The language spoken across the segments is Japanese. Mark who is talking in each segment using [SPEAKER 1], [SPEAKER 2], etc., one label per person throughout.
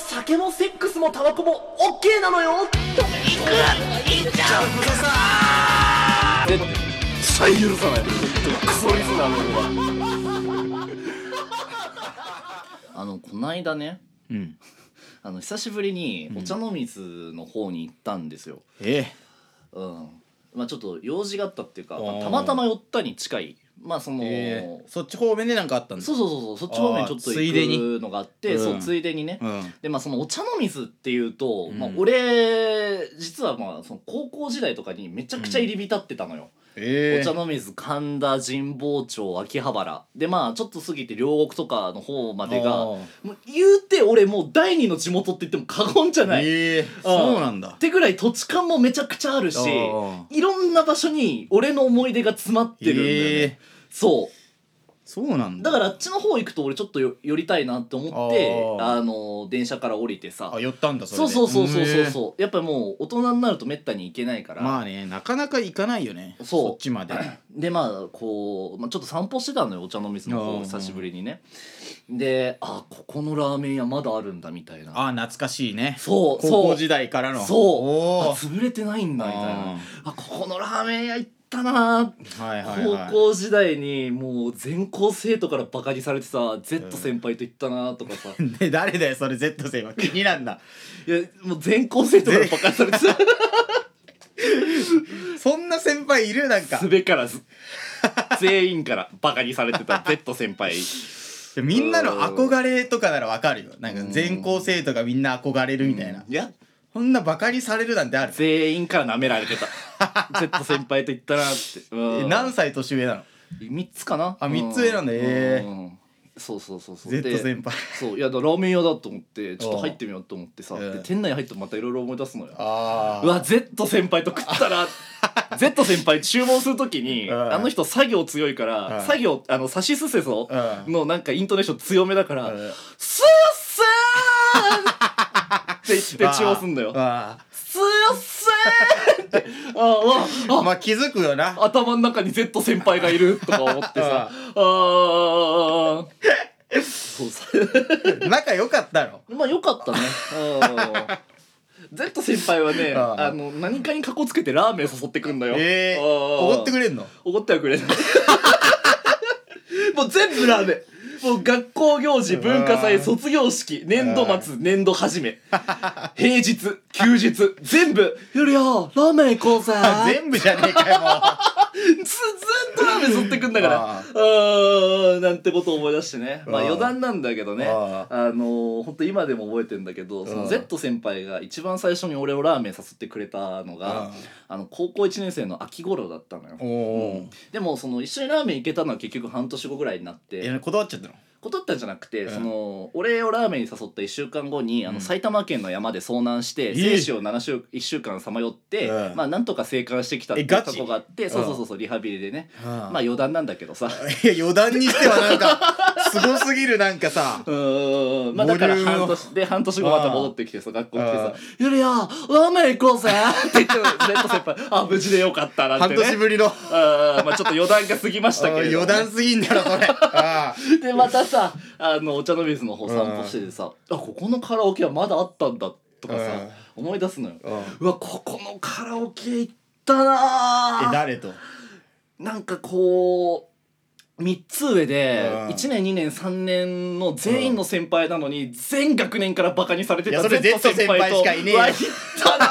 [SPEAKER 1] 酒もセックスもタバコも OK なのよ行く行っちゃうください絶対許さないクソリズナーの俺は
[SPEAKER 2] あのこないだね
[SPEAKER 3] うん
[SPEAKER 2] あの久しぶりにお茶の水の方に行ったんですよ、
[SPEAKER 3] ええ
[SPEAKER 2] うんまあ、ちょっと用事があったっていうか、
[SPEAKER 3] おー
[SPEAKER 2] たまたま寄ったに近いまあその、
[SPEAKER 3] ええそっち方面でなんかあったんだ
[SPEAKER 2] そうそうそうそうそっち方面ちょっと
[SPEAKER 3] あーついでに
[SPEAKER 2] 行くのがあって
[SPEAKER 3] うん
[SPEAKER 2] そうついでにね、
[SPEAKER 3] うん
[SPEAKER 2] でまあそのお茶の水っていうと、
[SPEAKER 3] うん
[SPEAKER 2] まあ、俺実はまあその高校時代とかにめちゃくちゃ入り浸ってたのよ、
[SPEAKER 3] ええ
[SPEAKER 2] お茶の水神田神保町秋葉原でまあちょっと過ぎて両国とかの方までが
[SPEAKER 3] あ
[SPEAKER 2] も
[SPEAKER 3] ー
[SPEAKER 2] う言うて俺もう第二の地元って言っても過言じゃない、
[SPEAKER 3] ええそうなんだ
[SPEAKER 2] ってぐらい土地勘もめちゃくちゃあるし
[SPEAKER 3] あ
[SPEAKER 2] いろんな場所に俺の思い出が詰まってるんだよね、
[SPEAKER 3] ええ
[SPEAKER 2] そう
[SPEAKER 3] そうなんだ
[SPEAKER 2] だからあっちの方行くと俺ちょっとよ寄りたいなって思って
[SPEAKER 3] あ
[SPEAKER 2] あ
[SPEAKER 3] ー
[SPEAKER 2] の電車から降りてさ
[SPEAKER 3] あ寄ったんだそれ
[SPEAKER 2] そう
[SPEAKER 3] で
[SPEAKER 2] そうそうそうそう
[SPEAKER 3] う
[SPEAKER 2] そうやっぱもう大人になるとめったに行けないから、
[SPEAKER 3] まあねなかなか行かないよね
[SPEAKER 2] そう
[SPEAKER 3] そっ ちまで
[SPEAKER 2] でまあこう、まあ、ちょっと散歩してたのよお茶の水の
[SPEAKER 3] あ
[SPEAKER 2] 方
[SPEAKER 3] ー
[SPEAKER 2] 久しぶりにねであここのラーメン屋まだあるんだみたいな
[SPEAKER 3] ああ懐かしいね
[SPEAKER 2] そうそう
[SPEAKER 3] 高校時代からの
[SPEAKER 2] そう
[SPEAKER 3] お
[SPEAKER 2] あ潰れてないんだみたい
[SPEAKER 3] あ
[SPEAKER 2] なあここのラーメン屋行ったなー
[SPEAKER 3] ーはいはいはい
[SPEAKER 2] 高校時代にもう全校生徒からバカにされてさ Z 先輩と行ったなーとかさ、
[SPEAKER 3] で誰だよそれ Z 生は気にな んだ
[SPEAKER 2] いやもう全校生徒からバカにされ てさ
[SPEAKER 3] そんな先輩いるなんか
[SPEAKER 2] すべからず全員からバカにされてた Z 先輩
[SPEAKER 3] みんなの憧れとかならわかるよなんか全校生徒がみんな憧れるみたいな、
[SPEAKER 2] いや
[SPEAKER 3] こんなバカにされるなんてある、
[SPEAKER 2] 全員から舐められてた Z 先輩と言ったなって、う
[SPEAKER 3] え
[SPEAKER 2] ん、
[SPEAKER 3] 何歳年上なの
[SPEAKER 2] 3つかな
[SPEAKER 3] あ三つ上なんだ
[SPEAKER 2] う
[SPEAKER 3] えー
[SPEAKER 2] うんそうそうそうそう
[SPEAKER 3] Z
[SPEAKER 2] で
[SPEAKER 3] 先輩
[SPEAKER 2] そういやだからラーメン屋だと思ってちょっと入ってみようと思ってさ
[SPEAKER 3] あー
[SPEAKER 2] で
[SPEAKER 3] うん
[SPEAKER 2] 店内入ってまたいろいろ思い出すのよ
[SPEAKER 3] あ
[SPEAKER 2] うわ Z 先輩と食った ら Z 先輩注文するときに
[SPEAKER 3] うん
[SPEAKER 2] あの人作業強いか
[SPEAKER 3] うん
[SPEAKER 2] ら作業あのさしすせそ
[SPEAKER 3] うん
[SPEAKER 2] のなんかイントネーション強めだから
[SPEAKER 3] うん
[SPEAKER 2] 「すーせーん! 」って言って注文すんだよ
[SPEAKER 3] あ
[SPEAKER 2] 「すーせーん!」ってあーう
[SPEAKER 3] あ
[SPEAKER 2] わあ
[SPEAKER 3] まあ気づくよな
[SPEAKER 2] 頭の中に Z 先輩がいるとか思ってさ あーそうさ
[SPEAKER 3] 仲良かったの
[SPEAKER 2] まあよかったねうん Z 先輩はね
[SPEAKER 3] あー
[SPEAKER 2] あの何かにかこつけてラーメン誘ってくんだよ
[SPEAKER 3] ええおごってく
[SPEAKER 2] れ
[SPEAKER 3] れんの
[SPEAKER 2] 怒ってはくれない もう全部ラーメンもう学校行事文化祭
[SPEAKER 3] あー
[SPEAKER 2] 卒業式年度末年度始め平日休日全部「ゆりやラーメン行 こうぜ」
[SPEAKER 3] 全部じゃねえかよ
[SPEAKER 2] ず
[SPEAKER 3] も
[SPEAKER 2] ずっとラーメン吸ってくんだから
[SPEAKER 3] あ
[SPEAKER 2] あーなんてことを思い出してねまあ
[SPEAKER 3] あー
[SPEAKER 2] 余談なんだけどね
[SPEAKER 3] あ
[SPEAKER 2] あのー、ほんと今でも覚えてんだけどそ
[SPEAKER 3] あ
[SPEAKER 2] の
[SPEAKER 3] ー
[SPEAKER 2] Z 先輩が一番最初に俺をラーメン誘ってくれたのが
[SPEAKER 3] あー
[SPEAKER 2] あの高校1年生の秋頃だったのよ
[SPEAKER 3] う おお、
[SPEAKER 2] でもその一緒にラーメン行けたのは結局半年後ぐらいになっ
[SPEAKER 3] え
[SPEAKER 2] て
[SPEAKER 3] 断っちゃったの
[SPEAKER 2] 断ったんじゃなくて、
[SPEAKER 3] うん
[SPEAKER 2] その俺をラーメンに誘った1週間後にあ
[SPEAKER 3] うん
[SPEAKER 2] の埼玉県の山で遭難して、
[SPEAKER 3] え
[SPEAKER 2] 生死を7週1週間さまよって、
[SPEAKER 3] うん
[SPEAKER 2] まあなんとか生還してきたっていう
[SPEAKER 3] えガ
[SPEAKER 2] 過
[SPEAKER 3] チ
[SPEAKER 2] 去があってそうそうそうそうリハビリでね、
[SPEAKER 3] ま
[SPEAKER 2] まあ余談なんだけどさ。
[SPEAKER 3] いや余談にしてはなんかすごすぎるなんかさ
[SPEAKER 2] うーんまあだから半年で半年後また戻ってきてさ学校来て
[SPEAKER 3] あ
[SPEAKER 2] さ
[SPEAKER 3] あ
[SPEAKER 2] 「ゆりやラーメン行こうぜ!」って言 って Z 先輩「あ無事でよかった」なん
[SPEAKER 3] 半
[SPEAKER 2] て
[SPEAKER 3] 年
[SPEAKER 2] ね
[SPEAKER 3] ぶりの
[SPEAKER 2] あーまあちょっと余談が過ぎましたけれども
[SPEAKER 3] 余談すぎんだろそれああ
[SPEAKER 2] でまたさあのお茶の水の方散歩しててさ「あここのカラオケはまだあったんだ」とかさ思い出すのよ
[SPEAKER 3] うん
[SPEAKER 2] うわここのカラオケ行ったな
[SPEAKER 3] え
[SPEAKER 2] ー
[SPEAKER 3] 誰と
[SPEAKER 2] なんかこう3つ上で
[SPEAKER 3] うん
[SPEAKER 2] 1年2年3年の全員の先輩なのに全学年からバカにされて
[SPEAKER 3] いや
[SPEAKER 2] た
[SPEAKER 3] それ
[SPEAKER 2] Z 先輩と
[SPEAKER 3] Z 先輩しかいねえよ
[SPEAKER 2] うわ行ったな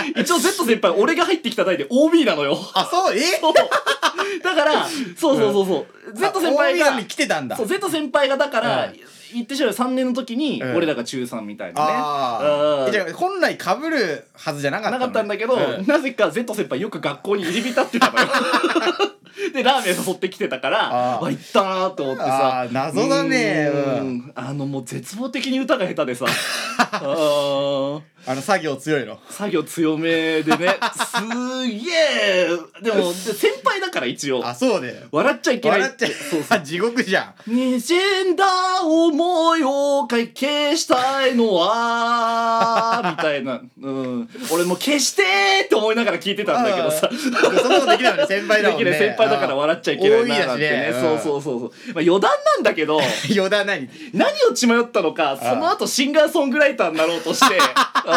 [SPEAKER 2] ー一応 Z 先輩俺が入ってきた代で OB なのよ
[SPEAKER 3] あそうえ
[SPEAKER 2] そうだからそうそうそうそう Z 先輩
[SPEAKER 3] あ大
[SPEAKER 2] が
[SPEAKER 3] 井に来てたんだ
[SPEAKER 2] そう Z 先輩がだから、
[SPEAKER 3] うん
[SPEAKER 2] 言ってしまえば3年の時に
[SPEAKER 3] うん
[SPEAKER 2] 俺らが中3みたいなね、
[SPEAKER 3] あ
[SPEAKER 2] う
[SPEAKER 3] あ
[SPEAKER 2] ん
[SPEAKER 3] じゃあ本来かぶるはずじゃなかった
[SPEAKER 2] な
[SPEAKER 3] の
[SPEAKER 2] かったんだけど、
[SPEAKER 3] うん
[SPEAKER 2] なぜか Z 先輩よく学校に入り浸ってた のよでラーメン誘ってきてたから
[SPEAKER 3] あー
[SPEAKER 2] わ行ったなと思って
[SPEAKER 3] あ
[SPEAKER 2] さ
[SPEAKER 3] ー謎だね
[SPEAKER 2] うーん
[SPEAKER 3] う
[SPEAKER 2] あのもう絶望的に歌が下手で さあー
[SPEAKER 3] あの作業強いの
[SPEAKER 2] 作業強めでねすーげえで もで先輩だから一応
[SPEAKER 3] あそうで
[SPEAKER 2] 笑っちゃいけない
[SPEAKER 3] 笑っちゃ
[SPEAKER 2] そうそう
[SPEAKER 3] う地獄じゃ
[SPEAKER 2] にじんだ思いをかい消したいのはみたい な、うん、俺も消してーって思いながら聞いてたんだけどさ
[SPEAKER 3] んそもそもできないのに先輩だもん
[SPEAKER 2] で
[SPEAKER 3] ね
[SPEAKER 2] きない先ぱいだから笑っちゃいけないななんてね
[SPEAKER 3] 多いやしね
[SPEAKER 2] そううんそうそうそう、まあ、余談なんだけど
[SPEAKER 3] 余談何
[SPEAKER 2] 何を血迷ったのかその後シンガーソングライターになろうとしてあー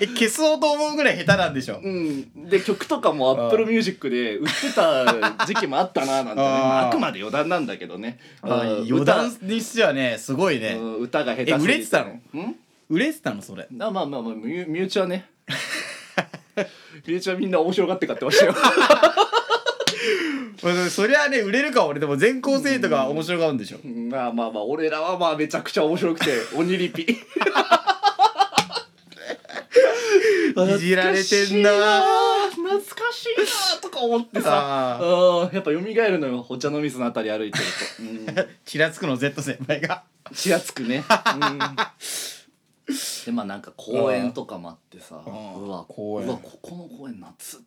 [SPEAKER 3] え消そうと思うぐらい下手なんでしょ
[SPEAKER 2] うん、で曲とかもアップルミュージックで売ってた時期もあったななんてね
[SPEAKER 3] あー
[SPEAKER 2] まあ、あくまで余談なんだけどね
[SPEAKER 3] あ
[SPEAKER 2] うん
[SPEAKER 3] 余談にしてはねすごい
[SPEAKER 2] 歌,、う
[SPEAKER 3] ね
[SPEAKER 2] ん、歌が下手すぎ
[SPEAKER 3] え売れてたの
[SPEAKER 2] うん
[SPEAKER 3] 売れてたのそれ
[SPEAKER 2] あまあまあまあ身内身内はね 身内はみんな面白がって買ってましたよ
[SPEAKER 3] うんそりゃあね売れるか俺でも全校生徒が面白がるんでしょ
[SPEAKER 2] まあまあまあ俺らはまあめちゃくちゃ面白くて鬼リピ
[SPEAKER 3] いじられてんな
[SPEAKER 2] 懐かしいなとか思ってさ
[SPEAKER 3] あ
[SPEAKER 2] うんやっぱ蘇るのよお茶の水のあたり歩いてると、うん
[SPEAKER 3] ちらつくの Z 先輩が
[SPEAKER 2] ちらつくね、うん、でまあなんか公園とかもあってさ
[SPEAKER 3] うん
[SPEAKER 2] うわ
[SPEAKER 3] 公園
[SPEAKER 2] うわここの公園夏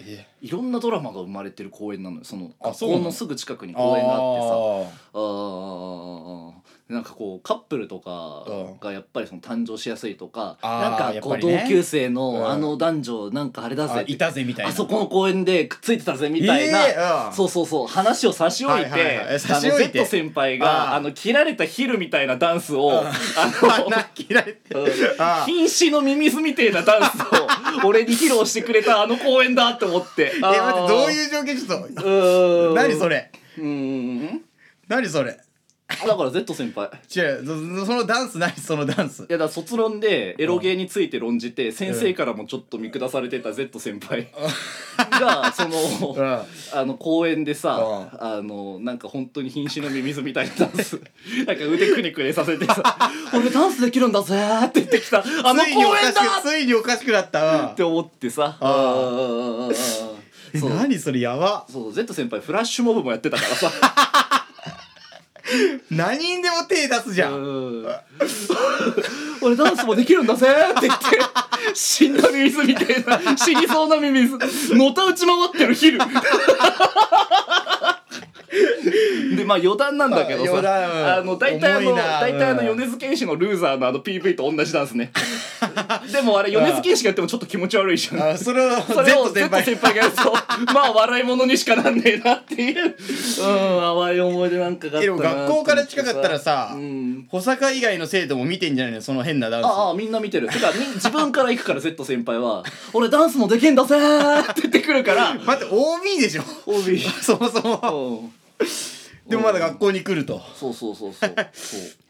[SPEAKER 3] え
[SPEAKER 2] いろんなドラマが生まれてる公園なのよその
[SPEAKER 3] あ
[SPEAKER 2] 学
[SPEAKER 3] そうな
[SPEAKER 2] 校
[SPEAKER 3] の
[SPEAKER 2] のすぐ近くに
[SPEAKER 3] え
[SPEAKER 2] 公園があってさ
[SPEAKER 3] あって
[SPEAKER 2] あーなんかこうカップルとかがやっぱりその誕生しやすいとか、
[SPEAKER 3] あー
[SPEAKER 2] なんかこう、
[SPEAKER 3] やっぱりね
[SPEAKER 2] 同級生
[SPEAKER 3] うん
[SPEAKER 2] のあの男女なんかあれだぜ
[SPEAKER 3] あ
[SPEAKER 2] って
[SPEAKER 3] いたぜみたいな
[SPEAKER 2] あそこの公園でくっついてたぜみたいな、
[SPEAKER 3] えーうん
[SPEAKER 2] そうそうそう話を差し置いて、
[SPEAKER 3] はいはいはい差
[SPEAKER 2] あ
[SPEAKER 3] し
[SPEAKER 2] の
[SPEAKER 3] 置いて
[SPEAKER 2] Z 先輩が
[SPEAKER 3] あ
[SPEAKER 2] あ
[SPEAKER 3] ー
[SPEAKER 2] の切られたヒルみたいなダンスを、あ の
[SPEAKER 3] 穴切られてあ
[SPEAKER 2] 瀕死のミミズみたいなダン スを俺に披露してくれたあの公園だって思って。え
[SPEAKER 3] え待ってどういう状況ちょっと 何そ
[SPEAKER 2] れ
[SPEAKER 3] れ
[SPEAKER 2] うーん
[SPEAKER 3] 何それ
[SPEAKER 2] だから Z 先輩
[SPEAKER 3] 違うそそのダンス何そのダンス
[SPEAKER 2] いやだから卒論でエロゲーについて論じて先生からもちょっと見下されてた Z 先輩がその
[SPEAKER 3] あ
[SPEAKER 2] あの公園でさあのなんか本当に瀕死のミミズみたいなダンス なんか腕くねくねさせ てさ「俺ダンスできるんだぜ」って言ってきたあの
[SPEAKER 3] ついにお
[SPEAKER 2] 公
[SPEAKER 3] か
[SPEAKER 2] 園
[SPEAKER 3] しく
[SPEAKER 2] だ
[SPEAKER 3] ついにおかしくなった
[SPEAKER 2] って思ってさ
[SPEAKER 3] ああ
[SPEAKER 2] うんうんうんうん
[SPEAKER 3] え
[SPEAKER 2] そう
[SPEAKER 3] 何それやば
[SPEAKER 2] そう Z 先輩フラッシュモブもやってたからさ
[SPEAKER 3] 何にでも手出すじゃ
[SPEAKER 2] うんん俺ダンスもできるんだぜって言って死んだミミズみたいな死にそうなミミズのたうち回ってるヒルでまあ余談なんだけど
[SPEAKER 3] あ余
[SPEAKER 2] さ
[SPEAKER 3] 談
[SPEAKER 2] あの大体あ
[SPEAKER 3] 重
[SPEAKER 2] の
[SPEAKER 3] いな
[SPEAKER 2] 大体あの
[SPEAKER 3] うん
[SPEAKER 2] 米津玄師の「ルーザー」のあの PV と同じダンスねでもあれ米津玄師がやってもちょっと気持ち悪いじゃん
[SPEAKER 3] あそれを
[SPEAKER 2] それを
[SPEAKER 3] Z 先
[SPEAKER 2] Z
[SPEAKER 3] 輩
[SPEAKER 2] 先輩がやるとまあ笑い物にしかなんねえなっていううん淡い思い出なんかがあったな
[SPEAKER 3] えでも学校から近かったらさ
[SPEAKER 2] うん
[SPEAKER 3] 保坂以外の生徒も見てんじゃないのその変なダンス
[SPEAKER 2] ああみんな見てるてかみ自分から行くから Z 先輩は 「俺ダンスもできんだぜ!」って言ってくる から
[SPEAKER 3] 待って OB でしょ
[SPEAKER 2] OB
[SPEAKER 3] そもそもでもまだ学校に来ると
[SPEAKER 2] そうそうそうそうそう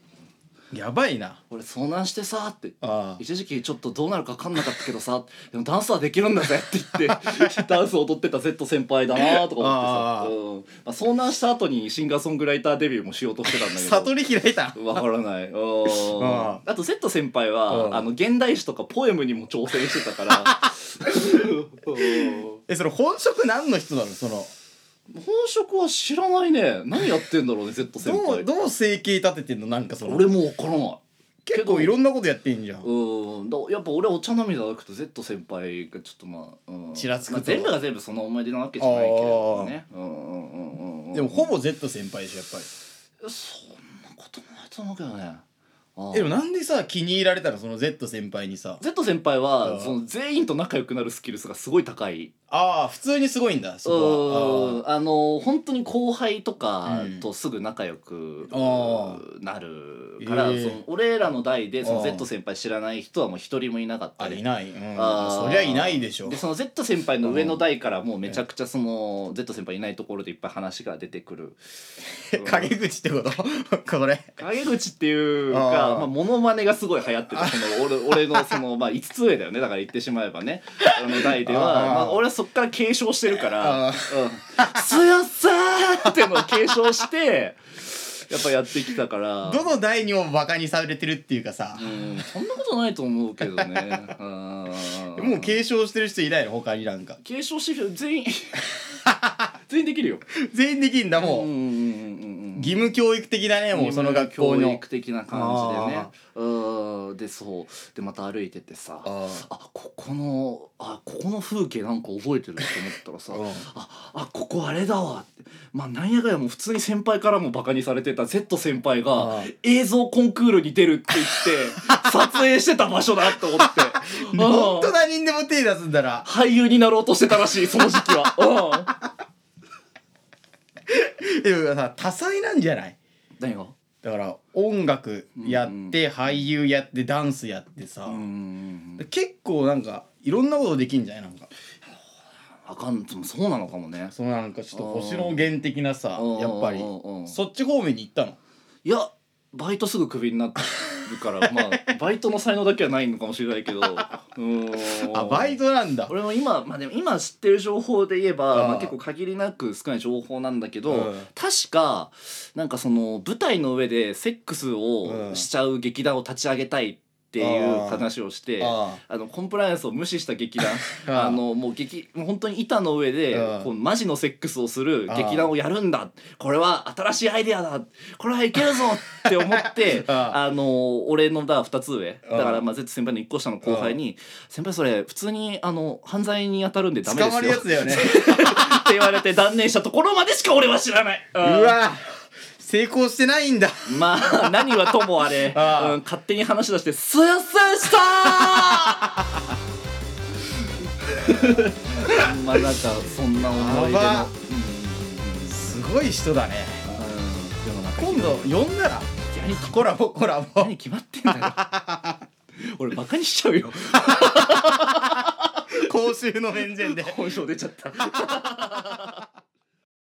[SPEAKER 3] やばいな
[SPEAKER 2] 俺遭難してさって
[SPEAKER 3] ああ
[SPEAKER 2] 一時期ちょっとどうなるか分かんなかったけどさでもダンスはできるんだぜって言って ダンスを踊ってた Z 先輩だなとか
[SPEAKER 3] ああ
[SPEAKER 2] 思ってさ、うんまあ、遭難した後にシンガーソングライターデビューもしようとしてたんだけど
[SPEAKER 3] 悟り開いた
[SPEAKER 2] わからない。うん
[SPEAKER 3] あ
[SPEAKER 2] あと Z 先輩
[SPEAKER 3] うん
[SPEAKER 2] はあの現代史とかポエムにも挑戦してた から。うん
[SPEAKER 3] えそれ本職何の人なのその
[SPEAKER 2] 本職は知らないね。何やってんだ ろうね Z 先
[SPEAKER 3] どう
[SPEAKER 2] 輩。
[SPEAKER 3] どう整形立ててんのなんかその
[SPEAKER 2] 俺もわからない。
[SPEAKER 3] 結構いろんなことやってんじゃん
[SPEAKER 2] うん、だやっぱ俺お茶飲みじゃなくて Z 先輩がちょっとまあ、うん、
[SPEAKER 3] ちらつくと
[SPEAKER 2] まあ、全部が全部その思い出なわけじゃないけれどもねうんうんうんうんうん
[SPEAKER 3] でもほぼ Z 先輩でしょやっぱり
[SPEAKER 2] そんなこともないと思うけどねああ
[SPEAKER 3] えでもなんでさ気に入られたのその Z 先輩にさ
[SPEAKER 2] Z 先輩
[SPEAKER 3] う
[SPEAKER 2] は
[SPEAKER 3] ん
[SPEAKER 2] その全員と仲良くなるスキルスがすごい高い
[SPEAKER 3] ああ普通にすごいんだそこ
[SPEAKER 2] う
[SPEAKER 3] は
[SPEAKER 2] んあの本当に後輩とか
[SPEAKER 3] うん
[SPEAKER 2] とすぐ仲良く
[SPEAKER 3] あ
[SPEAKER 2] なるから、
[SPEAKER 3] ええ
[SPEAKER 2] その俺らの代でその
[SPEAKER 3] ああ
[SPEAKER 2] Z 先輩知らない人はもう一人もいなかっ
[SPEAKER 3] ああ
[SPEAKER 2] た
[SPEAKER 3] あ
[SPEAKER 2] り
[SPEAKER 3] いない、うん、
[SPEAKER 2] あー
[SPEAKER 3] そりゃいないでしょ
[SPEAKER 2] でその Z 先輩の上の代からもうめちゃくちゃその Z 先輩いないところでいっぱい話が出てく る
[SPEAKER 3] 陰口ってこと これ
[SPEAKER 2] 陰口っていうか
[SPEAKER 3] あー
[SPEAKER 2] まあ、モノマネがすごい流行ってたその俺俺のその、まあ、5つ上だよねだから言ってしまえばね俺の代では
[SPEAKER 3] あー
[SPEAKER 2] まあ、俺はそっから継承してるから「う
[SPEAKER 3] あ
[SPEAKER 2] ん、すやさー!」っていうのを継承してやっぱやってきたから。
[SPEAKER 3] どの代にもバカにされてるっていうかさ
[SPEAKER 2] う、ん、そんなことないと思うけどね。うん
[SPEAKER 3] もう継承してる人いないの他になんか
[SPEAKER 2] 継 承してる人全員全員できるよ。
[SPEAKER 3] 全員できんだも
[SPEAKER 2] うん
[SPEAKER 3] う、
[SPEAKER 2] うんうんうんうん
[SPEAKER 3] 義務教育的だねもうその学校
[SPEAKER 2] 教
[SPEAKER 3] の
[SPEAKER 2] 育的な感じでねうんでそうでまた歩いててさ
[SPEAKER 3] あ
[SPEAKER 2] あここのあここの風景なんか覚えてると思ったらさああここあれだわってまあなんやかんやもう普通に先輩からもバカにされてた Z 先輩
[SPEAKER 3] あ
[SPEAKER 2] が映像コンクールに出るって言って撮影してた場所だと思って
[SPEAKER 3] あ 本
[SPEAKER 2] う
[SPEAKER 3] 当
[SPEAKER 2] ん
[SPEAKER 3] 何人でも手出すんだな
[SPEAKER 2] 俳優になろうとしてたらしいその時期はうん
[SPEAKER 3] でもさ多彩なんじゃない
[SPEAKER 2] 何が
[SPEAKER 3] だから音楽やって、
[SPEAKER 2] うんうん
[SPEAKER 3] 俳優やってダンスやってさ、
[SPEAKER 2] うん
[SPEAKER 3] 結構なんかいろんなことできんじゃないなんか
[SPEAKER 2] あかんそうなのかもね
[SPEAKER 3] そのなんかちょっと星野源的なさ
[SPEAKER 2] うん
[SPEAKER 3] やっぱり
[SPEAKER 2] うんうんうん
[SPEAKER 3] そっち方面に行ったの
[SPEAKER 2] いやバイトすぐクビになるからまあバイトの才能だけはないのかもしれないけどうーん
[SPEAKER 3] あバイトなんだ
[SPEAKER 2] 俺も今、まあ、でも今知ってる情報で言えば
[SPEAKER 3] ああ
[SPEAKER 2] まあ、結構限りなく少ない情報なんだけど、
[SPEAKER 3] うん
[SPEAKER 2] 確かなんかその舞台の上でセックス
[SPEAKER 3] う
[SPEAKER 2] を
[SPEAKER 3] ん
[SPEAKER 2] しちゃう劇団を立ち上げたいっていう話をして。
[SPEAKER 3] あ
[SPEAKER 2] あのコンプライアンスを無視した劇 団
[SPEAKER 3] あ
[SPEAKER 2] あのもう劇もう本当に板の上で
[SPEAKER 3] うん
[SPEAKER 2] こうマジのセックスをする劇団をやるんだこれは新しいアイデアだこれはいけるぞって思って
[SPEAKER 3] あ
[SPEAKER 2] あの俺のだ2つ上
[SPEAKER 3] うん
[SPEAKER 2] だからまあ Z 先輩の1個下の後輩に「先輩それ普通にあの犯罪に当たるんでダメで
[SPEAKER 3] 捕まする
[SPEAKER 2] よ」
[SPEAKER 3] やつだ よね
[SPEAKER 2] って言われて断念したところまでしか俺は知らない。 う
[SPEAKER 3] うんわ成功してないんだ
[SPEAKER 2] まあ何はと もあれ
[SPEAKER 3] ああ
[SPEAKER 2] うん、勝手に話し出して「すいませんでしたー! 」 まあなんかそんな思い出の、
[SPEAKER 3] やば
[SPEAKER 2] うん
[SPEAKER 3] すごい人だね
[SPEAKER 2] うん、でもなんか
[SPEAKER 3] 今度呼んだら
[SPEAKER 2] やりき
[SPEAKER 3] コラボコラボ
[SPEAKER 2] 何決まってんだよ 俺バカにしちゃうよ
[SPEAKER 3] 公衆の面前 で
[SPEAKER 2] 本性出ちゃった